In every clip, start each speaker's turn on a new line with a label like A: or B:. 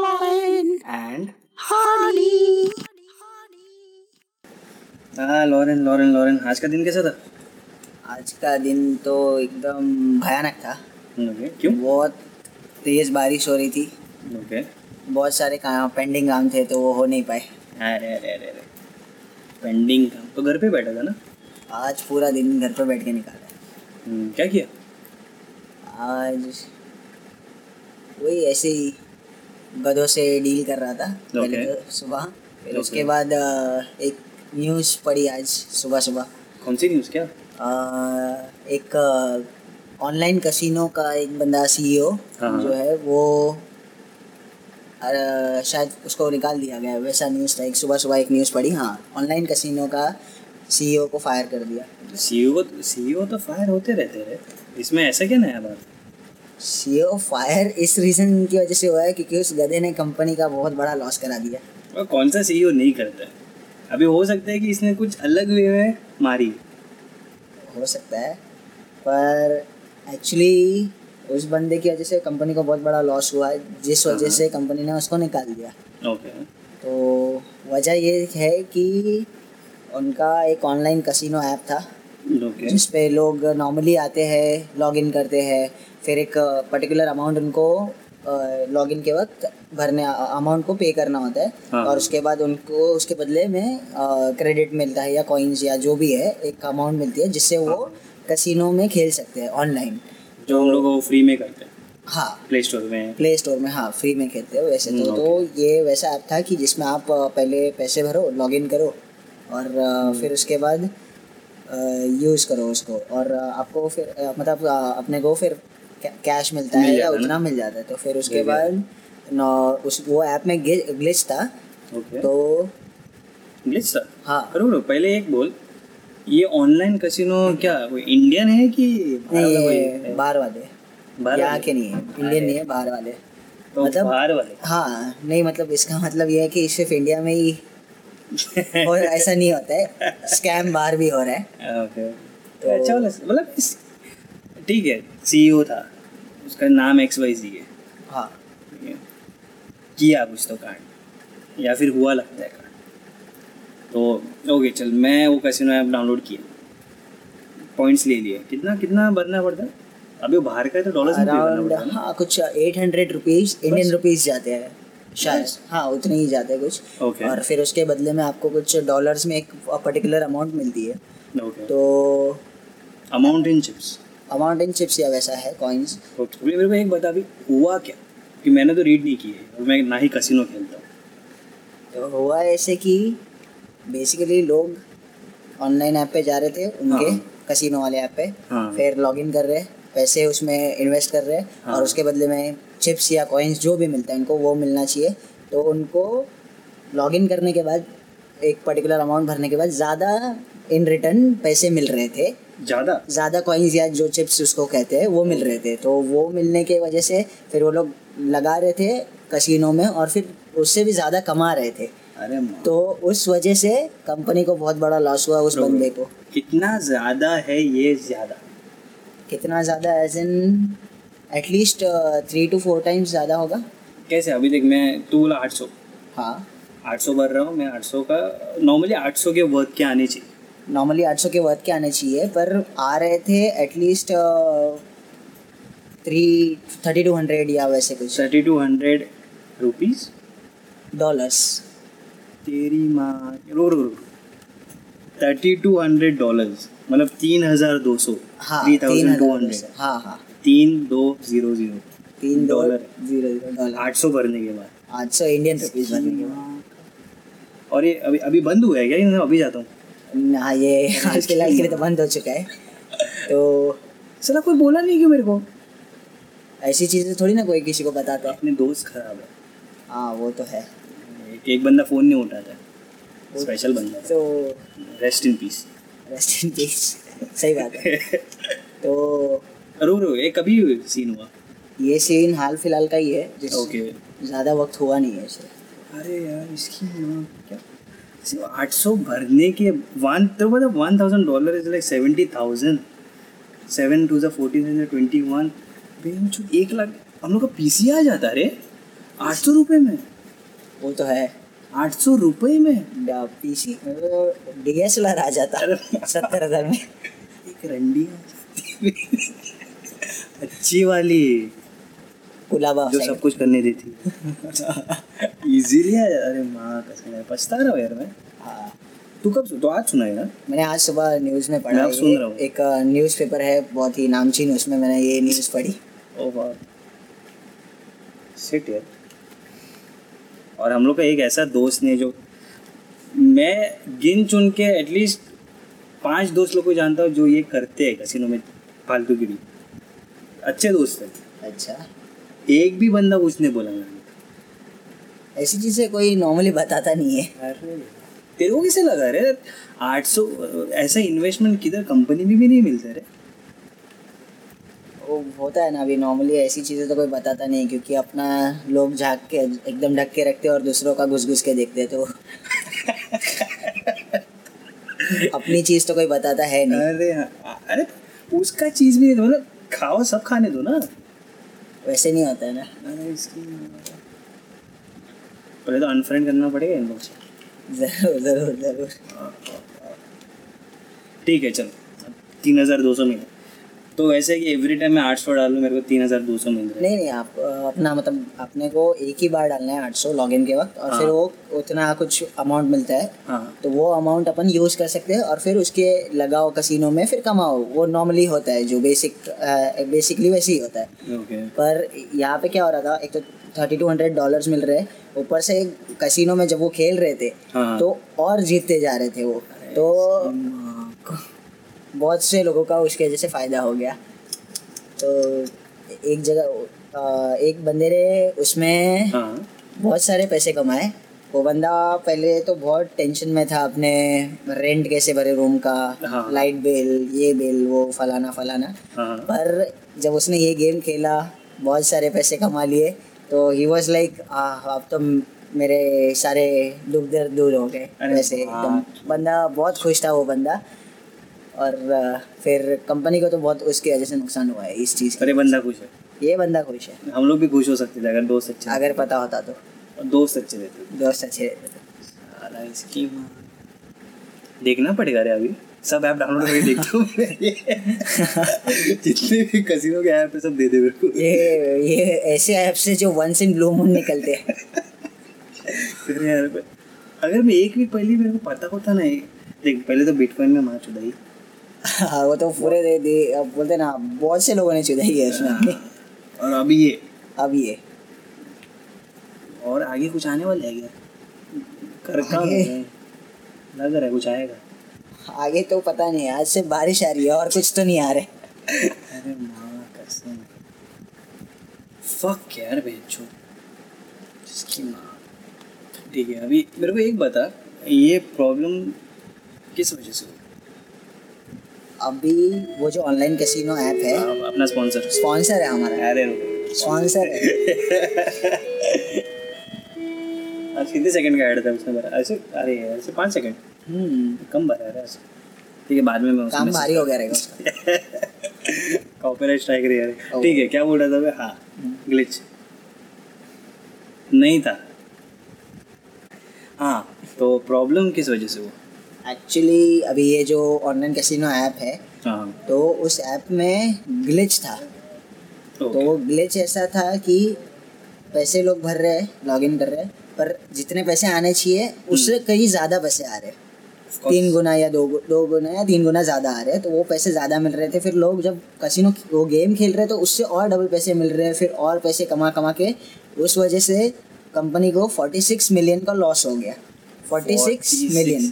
A: Lauren
B: and
A: Hardy.
B: हाँ Lauren Lauren Lauren आज का दिन कैसा था
A: आज का दिन तो एकदम भयानक था
B: ओके क्यों
A: बहुत तेज़ बारिश हो रही थी
B: ओके
A: बहुत सारे काम पेंडिंग काम थे तो वो हो नहीं पाए
B: अरे अरे अरे अरे पेंडिंग काम तो घर पे बैठा था ना
A: आज पूरा दिन घर पर बैठ के निकाला
B: हम्म, क्या किया
A: आज वही ऐसे ही गधों से डील कर रहा था पहले
B: Okay.
A: तो सुबह फिर
B: Okay.
A: उसके बाद अ, एक न्यूज़ पड़ी आज सुबह सुबह
B: कौन सी न्यूज़ क्या
A: अ, एक ऑनलाइन कसिनो का एक बंदा सीईओ
B: हाँ।
A: जो है वो अ, शायद उसको निकाल दिया गया है, वैसा न्यूज़ था एक सुबह सुबह एक न्यूज़ पड़ी हाँ ऑनलाइन कसिनो का सीईओ को फायर कर दिया
B: सीईओ सीईओ तो फायर होते रहते रहे इसमें ऐसा क्या नया बात
A: सीईओ फायर इस रीज़न की वजह से हुआ है क्योंकि उस गधे ने कंपनी का बहुत बड़ा लॉस करा दिया
B: और कौन सा सीईओ नहीं करता है अभी हो सकता है कि इसने कुछ अलग वे में मारी
A: हो सकता है पर एक्चुअली उस बंदे की वजह से कंपनी को बहुत बड़ा लॉस हुआ जिस वजह
B: हाँ।
A: से कंपनी ने उसको निकाल दिया
B: ओके
A: तो वजह ये है कि उनका एक ऑनलाइन कसिनो ऐप था
B: ओके
A: जिस पे लोग नॉर्मली आते हैं लॉगिन करते हैं फिर एक पर्टिकुलर अमाउंट उनको लॉगिन के वक्त भरने अमाउंट को पे करना होता है
B: हाँ।
A: और उसके बाद उनको उसके बदले में क्रेडिट मिलता है या कॉइन्स या जो भी है एक अमाउंट मिलती है जिससे वो कसिनो में खेल सकते हैं ऑनलाइन
B: जो हम लोग वो फ्री में करते हैं
A: हाँ
B: प्ले स्टोर में
A: प्ले स्टोर में हाँ फ्री में खेलते हो वैसे तो
B: हम्म,
A: तो ये वैसा ऐप था कि जिसमें आप अ, पहले पैसे भरो लॉगिन करो और अ,
B: Hmm.
A: फिर उसके बाद यूज़ करो उसको और अ, आपको फिर अ, मतलब अ, अपने को फिर कैश मिलता
B: मिल
A: है या
B: जाता है ना?
A: उतना मिल जाता है तो फिर उसके
B: मिल जाता
A: बाद नौ- उस वो ऐप में ग्लिच था
B: ओके
A: तो
B: ग्लिच था
A: हाँ
B: रुक रुक पहले एक बोल ये ऑनलाइन कसिनो क्या वो इंडियन है कि बाहर
A: नहीं
B: का कोई
A: ये
B: है?
A: बाहर वाले
B: बाहर
A: यहाँ
B: वाले?
A: के नहीं है इंडियन नहीं है बाहर वाले
B: तो
A: मतलब-
B: बाहर वाले
A: हाँ नहीं मतलब इसका मतलब ये है कि सिर्फ इंडिया में ही और ऐसा नहीं होता है स्कैम बाहर भी हो रहा है
B: ओके तो अच्छा वाला मतलब इस- ठीक है सीईओ था उसका नाम एक्स वाई जी है
A: हाँ
B: ठीक है। किया कुछ तो कांड या फिर हुआ लगता है कांड तो ओके चल मैं वो कैसीनो ऐप डाउनलोड किया पॉइंट्स ले लिए कितना कितना भरना पड़ता है अभी वो बाहर का है तो डॉलर में भरना
A: अराउंड
B: पड़ता है ना?
A: हाँ कुछ eight hundred rupees Indian rupees जाते हैं शायद
B: Yes.
A: हाँ उतने ही जाते हैं कुछ
B: ओके
A: और फिर उसके बदले में आपको कुछ डॉलर्स में एक पर्टिकुलर अमाउंट मिलती है
B: ओके
A: तो
B: amount in chips
A: amount in chips या वैसा है कॉइन्स
B: ओके मेरे को एक बता अभी हुआ क्या कि मैंने तो रीड नहीं की है और मैं ना ही कसिनो खेलता हूँ
A: तो हुआ ऐसे कि बेसिकली लोग ऑनलाइन ऐप पे जा रहे थे उनके
B: हाँ।
A: कसिनो वाले ऐप पे
B: हाँ।
A: फिर लॉगिन कर रहे पैसे उसमें इन्वेस्ट कर रहे
B: हाँ।
A: और उसके बदले में चिप्स या कॉइन्स जो भी मिलता है उनको वो मिलना चाहिए तो उनको लॉगिन करने के बाद एक पर्टिकुलर अमाउंट भरने के बाद ज़्यादा इन रिटर्न पैसे मिल रहे थे
B: ज़्यादा
A: ज़्यादा कॉइन्स या जो चिप्स उसको कहते हैं वो मिल रहे थे तो वो मिलने के वजह से फिर वो लोग लगा रहे थे कसिनो में और फिर उससे भी ज़्यादा कमा रहे थे
B: अरे माँ
A: तो उस वजह से कंपनी को बहुत बड़ा लॉस हुआ उस बंदे को
B: कितना ज़्यादा है ये ज़्यादा
A: कितना ज़्यादा as in at least three two four times ज़्यादा होगा
B: कैसे अभी देख मैं तू बोला आठ सौ
A: हाँ
B: आठ सौ भर रहा हूँ मैं आठ सौ का नॉर्मली आठ सौ के वर्थ के आने चाहिए
A: नॉर्मली आठ सौ के वर्थ के आने चाहिए पर आ रहे थे uh, at least three thirty two hundred या वैसे कुछ
B: thirty two hundred rupees
A: dollars
B: तेरी माँ रो रो रो थर्टी टू हंड्रेड डॉलर्स मतलब तीन हज़ार दो सौ
A: हाँ
B: थ्री
A: तीन
B: थाउजेंड टू
A: हजार दो सौ।
B: हंड्रेड
A: हाँ हाँ
B: तीन दो ज़ीरो ज़ीरो
A: तीन dollar
B: dollar.
A: Zero zero dollar
B: आठ सौ भरने के बाद
A: आठ सौ इंडियन रुपीज बनने के
B: और ये अभी अभी बंद हुआ है क्या मैं अभी जाता हूँ
A: बाद हाँ ये आज के लाल के लिए तो बंद हो चुका है तो
B: सला कोई बोला नहीं क्यों मेरे को
A: ऐसी चीज़ें थोड़ी ना कोई किसी को बताता है
B: अपने दोस्त खराब है
A: हाँ वो तो है
B: एक, एक बंदा फ़ोन नहीं उठाता है। स्पेशल बंदा
A: तो
B: है rest in piece
A: rest in peace सही बात है तो
B: रो रो ये कभी सीन हुआ
A: ये सीन हाल फिलहाल का ही है जिस
B: ओके
A: ज़्यादा वक्त हुआ नहीं है इसे
B: अरे यार इसकी यहाँ क्या सिर्फ आठ सौ भरने के वन तो मतलब one thousand dollar is like seventy thousand seven two ज़ा फोर्टीन ट्वेंटी वन एक लाख हम लोग का पी सी आ जाता रे आठ सौ रुपये में
A: वो तो है
B: आठ सौ रुपये में
A: पीसी मतलब डी एस एल आर आ जाता सत्तर हजार में
B: एक रंडी आ जाती है। अच्छी वाली
A: कुलाबा
B: जो
A: side।
B: सब कुछ करने देती इजीली अरे माँ कसम यार पछता रहा हूँ यार मैं
A: हाँ
B: तू कब सु- तो आज सुना है यार
A: मैंने आज सुबह न्यूज़ में
B: मैं
A: पढ़ा
B: अब सुन
A: ये
B: रहा हूँ।
A: एक न्यूज़ पेपर है बहुत ही नामचीन उसमें मैंने ये न्यूज़ पढ़ी
B: ओ वाह Shit यार और हम लोग का एक ऐसा दोस्त ने जो मैं गिन चुन के एटलीस्ट पांच दोस्त लोग को जानता हूँ जो ये करते हैं कसिनो में फालतूगिरी अच्छे दोस्त हैं
A: अच्छा
B: एक भी बंदा कुछ नहीं बोला मैंने
A: ऐसी चीज़ें कोई नॉर्मली बताता नहीं है
B: अरे तेरे को कैसे लगा रे आठ सौ ऐसा इन्वेस्टमेंट किधर कंपनी में भी नहीं मिलता रे
A: वो होता है ना अभी नॉर्मली ऐसी चीज़ें तो कोई बताता नहीं क्योंकि अपना लोग झाँक के एकदम ढक के रखते हैं और दूसरों का घुस घुस के देखते हैं तो अपनी चीज़ तो कोई बताता है नहीं
B: अरे हाँ, अरे उसका चीज़ भी नहीं था, मतलब खाओ सब खाने दो ना
A: वैसे नहीं होता है ना
B: अरे इसकी पहले तो अनफ्रेंड करना पड़ेगा इन लोग से
A: ज़रूर ज़रूर ज़रूर
B: ठीक है चलो तीन हज़ार दो सौ मिले तो वैसे कि एवरी टाइम मैं आठ सौ डालूँ मेरे को तीन हज़ार दो सौ मिल रहा है
A: नहीं नहीं आप अ, अपना मतलब अपने को एक ही बार डालना है आठ सौ लॉग के वक्त और
B: हाँ।
A: फिर वो उतना कुछ अमाउंट मिलता है
B: हाँ
A: तो वो अमाउंट अपन यूज़ कर सकते हैं और फिर उसके लगाओ कसिनो में फिर कमाओ वो नॉर्मली होता है जो बेसिक बेसिकली वैसे ही होता है
B: ओके
A: पर यहाँ पे क्या हो रहा था एक तो थर्टी टू हंड्रेड डॉलर मिल रहे ऊपर से कसिनो में जब वो खेल रहे थे
B: हाँ।
A: तो और जीतते जा रहे थे वो तो बहुत से लोगों का उसकी वजह से फ़ायदा हो गया तो एक जगह अ, एक बंदे ने उसमें
B: हाँ
A: बहुत सारे पैसे कमाए वो बंदा पहले तो बहुत टेंशन में था अपने रेंट कैसे भरे रूम का
B: हाँ।
A: लाइट बिल ये बिल वो फलाना फलाना
B: हाँ
A: पर जब उसने ये गेम खेला बहुत सारे पैसे कमा लिए तो ही वॉज लाइक अब तो मेरे सारे दुख दर्द दूर हो गए
B: अरे
A: वैसे एकदम बंदा बहुत खुश था वो बंदा और आ, फिर कंपनी को तो बहुत उसकी वजह से नुकसान हुआ है इस चीज़
B: अरे बंदा खुश है
A: का ये बंदा खुश है
B: हम लोग भी खुश हो सकते थे अगर दोस्त अच्छे थे।
A: अगर पता होता तो
B: और दोस्त अच्छे रहते
A: दोस्त अच्छे रहते तो।
B: साला इसकी माँ देखना पड़ेगा रे अभी सब ऐप डाउनलोड करके देखता हूँ मैं। जितने भी कसिनो के ऐप है सब दे दे मेरे को
A: ये ये ऐसे ऐप्स हैं जो वंस इन ब्लू मून निकलते हैं
B: फिर यार मैं- अगर मैं एक भी पहली मेरे को पता होता ना ये- देख पहले तो बिटकॉइन में मार चुदाई
A: हाँ, वो तो पूरे दे दे अब बोलते हैं ना बहुत से लोगों ने चुदाई है उसमें अपनी।
B: और अभी ये
A: अब ये
B: और आगे कुछ आने वाला है क्या कर का
A: आगे?
B: लग रहा है कुछ आएगा
A: आगे तो पता नहीं आज से बारिश आ रही है और कुछ तो नहीं आ रहा
B: अरे माँ कसम फक यार बेचो जिसकी माँ ठीक है अभी मेरे को एक बता ये प्रॉब्लम किस वजह से हुई?
A: अभी वो जो ऑनलाइन कैसीनो ऐप है
B: आप- अपना स्पॉन्सर
A: स्पॉन्सर है हमारा
B: अरे
A: स्पॉन्सर है
B: आज कितने सेकंड का ऐड था उसने भरा ऐसे अरे ऐसे पाँच सेकंड
A: हम्म,
B: कम भरा है ऐसे ठीक है बाद में मैं
A: काम भारी हो गया रहेगा उसका
B: कॉपीराइट स्ट्राइक रही है
A: ओ।
B: ठीक है क्या बोल रहा था मैं हाँ ग्लिच नहीं था हाँ तो प्रॉब्लम किस वजह से हुआ
A: एक्चुअली अभी ये जो ऑनलाइन कैसीनो ऐप है
B: हाँ
A: तो उस ऐप में ग्लिच था तो
B: ओके
A: वो ग्लिच ऐसा था कि पैसे लोग भर रहे हैं लॉग इन कर रहे हैं पर जितने पैसे आने चाहिए उससे कई ज़्यादा पैसे आ रहे हैं तीन गुना या दो गु- दो गुना या तीन गुना ज़्यादा आ रहे हैं तो वो पैसे ज़्यादा मिल रहे थे फिर लोग जब कसिनो वो गेम खेल रहे हैं तो उससे और डबल पैसे मिल रहे हैं फिर और पैसे कमा कमा के उस वजह से कंपनी को 46 मिलियन का लॉस हो गया 46 मिलियन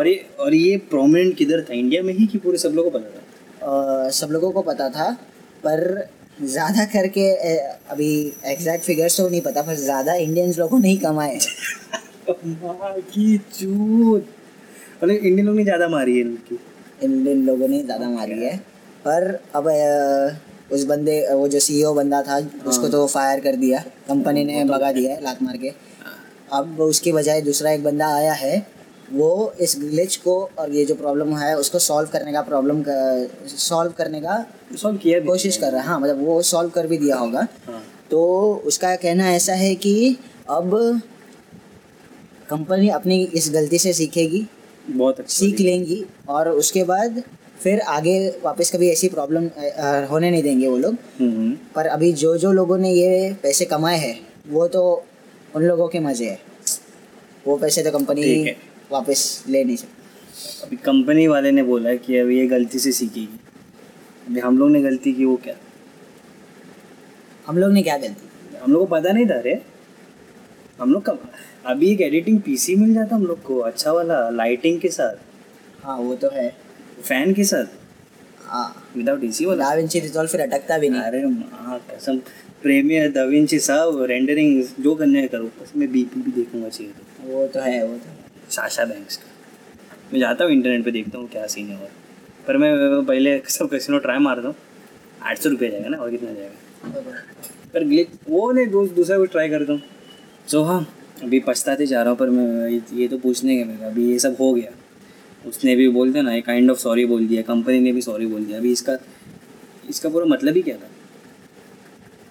B: और ये और ये प्रोमिनेंट किधर था इंडिया में ही कि पूरे सब लोगों को पता था
A: अ, सब लोगों को पता था पर ज़्यादा करके अ, अभी एग्जैक्ट फिगर्स तो नहीं पता पर ज़्यादा इंडियंस लोगों ने ही कमाए
B: माँ की चूत मतलब इंडियन लोग ने ज़्यादा मारी है इनकी
A: इंडियन लोगों ने ज़्यादा मारी है पर अब अ, उस बंदे वो जो सीईओ बंदा था उसको तो फायर कर दिया कंपनी ने भगा दिया है लात मार के अब उसके बजाय दूसरा एक बंदा आया है वो इस ग्लिच को और ये जो प्रॉब्लम है उसको सॉल्व करने का प्रॉब्लम सॉल्व करने का
B: सॉल्व किया भी
A: कोशिश कर रहा है हाँ मतलब वो सॉल्व कर भी दिया होगा
B: हाँ
A: तो उसका कहना ऐसा है कि अब कंपनी अपनी इस गलती से सीखेगी
B: बहुत अच्छा
A: सीख लेंगी और उसके बाद फिर आगे वापस कभी ऐसी प्रॉब्लम होने नहीं देंगे वो लोग
B: हम्म,
A: पर अभी जो जो लोगों ने ये पैसे कमाए हैं वो तो उन लोगों के मज़े है वो पैसे तो
B: ठीक
A: कंपनी
B: है।
A: वापस ले नहीं सकती
B: अभी कंपनी वाले ने बोला कि अब ये गलती से सीखेगी अभी हम लोग ने गलती की वो क्या
A: हम लोग ने क्या गलती की?
B: हम लोग को पता नहीं था अरे हम लोग कम अभी एक एडिटिंग पीसी मिल जाता हम लोग को अच्छा वाला लाइटिंग के साथ
A: हाँ वो तो है
B: फैन के साथ
A: हाँ
B: विदाउट एसी वाला
A: डाविंची रिजॉल्व फिर अटकता भी नहीं
B: अरे माँ कसम प्रेमियर दविंची सब रेंडरिंग जो करने है करो बस मैं बीपी भी देखूंगा चाहिए तो
A: वो तो है वो तो है।
B: साशा बैंक्स का मैं जाता हूँ इंटरनेट पे देखता हूँ क्या सीन है और पर मैं पहले सब कैसीनो ट्राई मारता हूँ आठ सौ रुपया जाएगा ना और कितना जाएगा पर ग्लिच वो नहीं दू, दूसरा कुछ ट्राई करता हूँ सो हाँ अभी पछताते जा रहा हूँ पर मैं ये, ये तो पूछने के मेरा अभी ये सब हो गया उसने भी बोलते ना एक काइंड ऑफ सॉरी बोल दिया कंपनी ने भी सॉरी बोल दिया अभी इसका इसका पूरा मतलब ही क्या था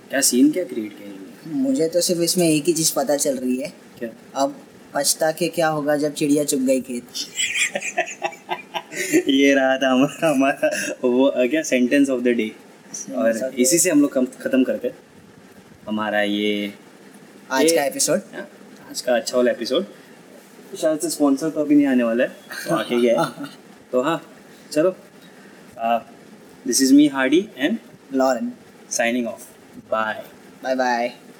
B: क्या सीन क्या क्रिएट किया इन्होंने?
A: मुझे तो सिर्फ इसमें एक ही चीज़ पता चल रही है
B: क्या
A: अब पछता के क्या होगा जब चिड़िया चुग गई खेत
B: ये रहा था हमारा हमारा वो अ, क्या सेंटेंस ऑफ द डे और इसी से हम लोग कम- खत्म करते हैं हमारा ये
A: आज
B: ये-
A: का एपिसोड
B: हाँ, आज का अच्छा वाला एपिसोड शायद से स्पॉन्सर तो अभी नहीं आने वाला है तो आके गया है तो हाँ चलो Uh, this is me Hardy and
A: Lauren
B: signing off bye
A: bye bye